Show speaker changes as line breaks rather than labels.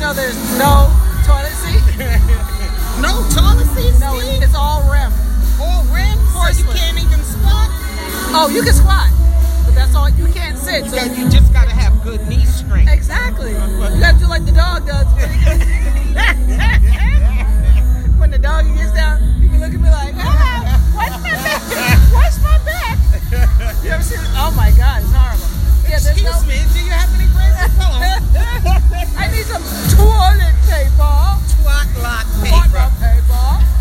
know there's no toilet seat?
No toilet seats?
No, it's, it's all rim.
All rims? So you
Porcelain.
can't even squat?
Oh, you can squat, but that's all. You can't sit.
You,
So
got, you just gotta have good knee strength.
exactly. You got to do like the dog does. when the dog gets down, you can look at me like, ah, what's my back? What's my back? You ever seen? Oh my God, it's horrible. Yeah, there's
Excuse
no.
me, do you have any friends in Pelham?
I need some toilet paper.
Twat lock paper.
Toilet paper.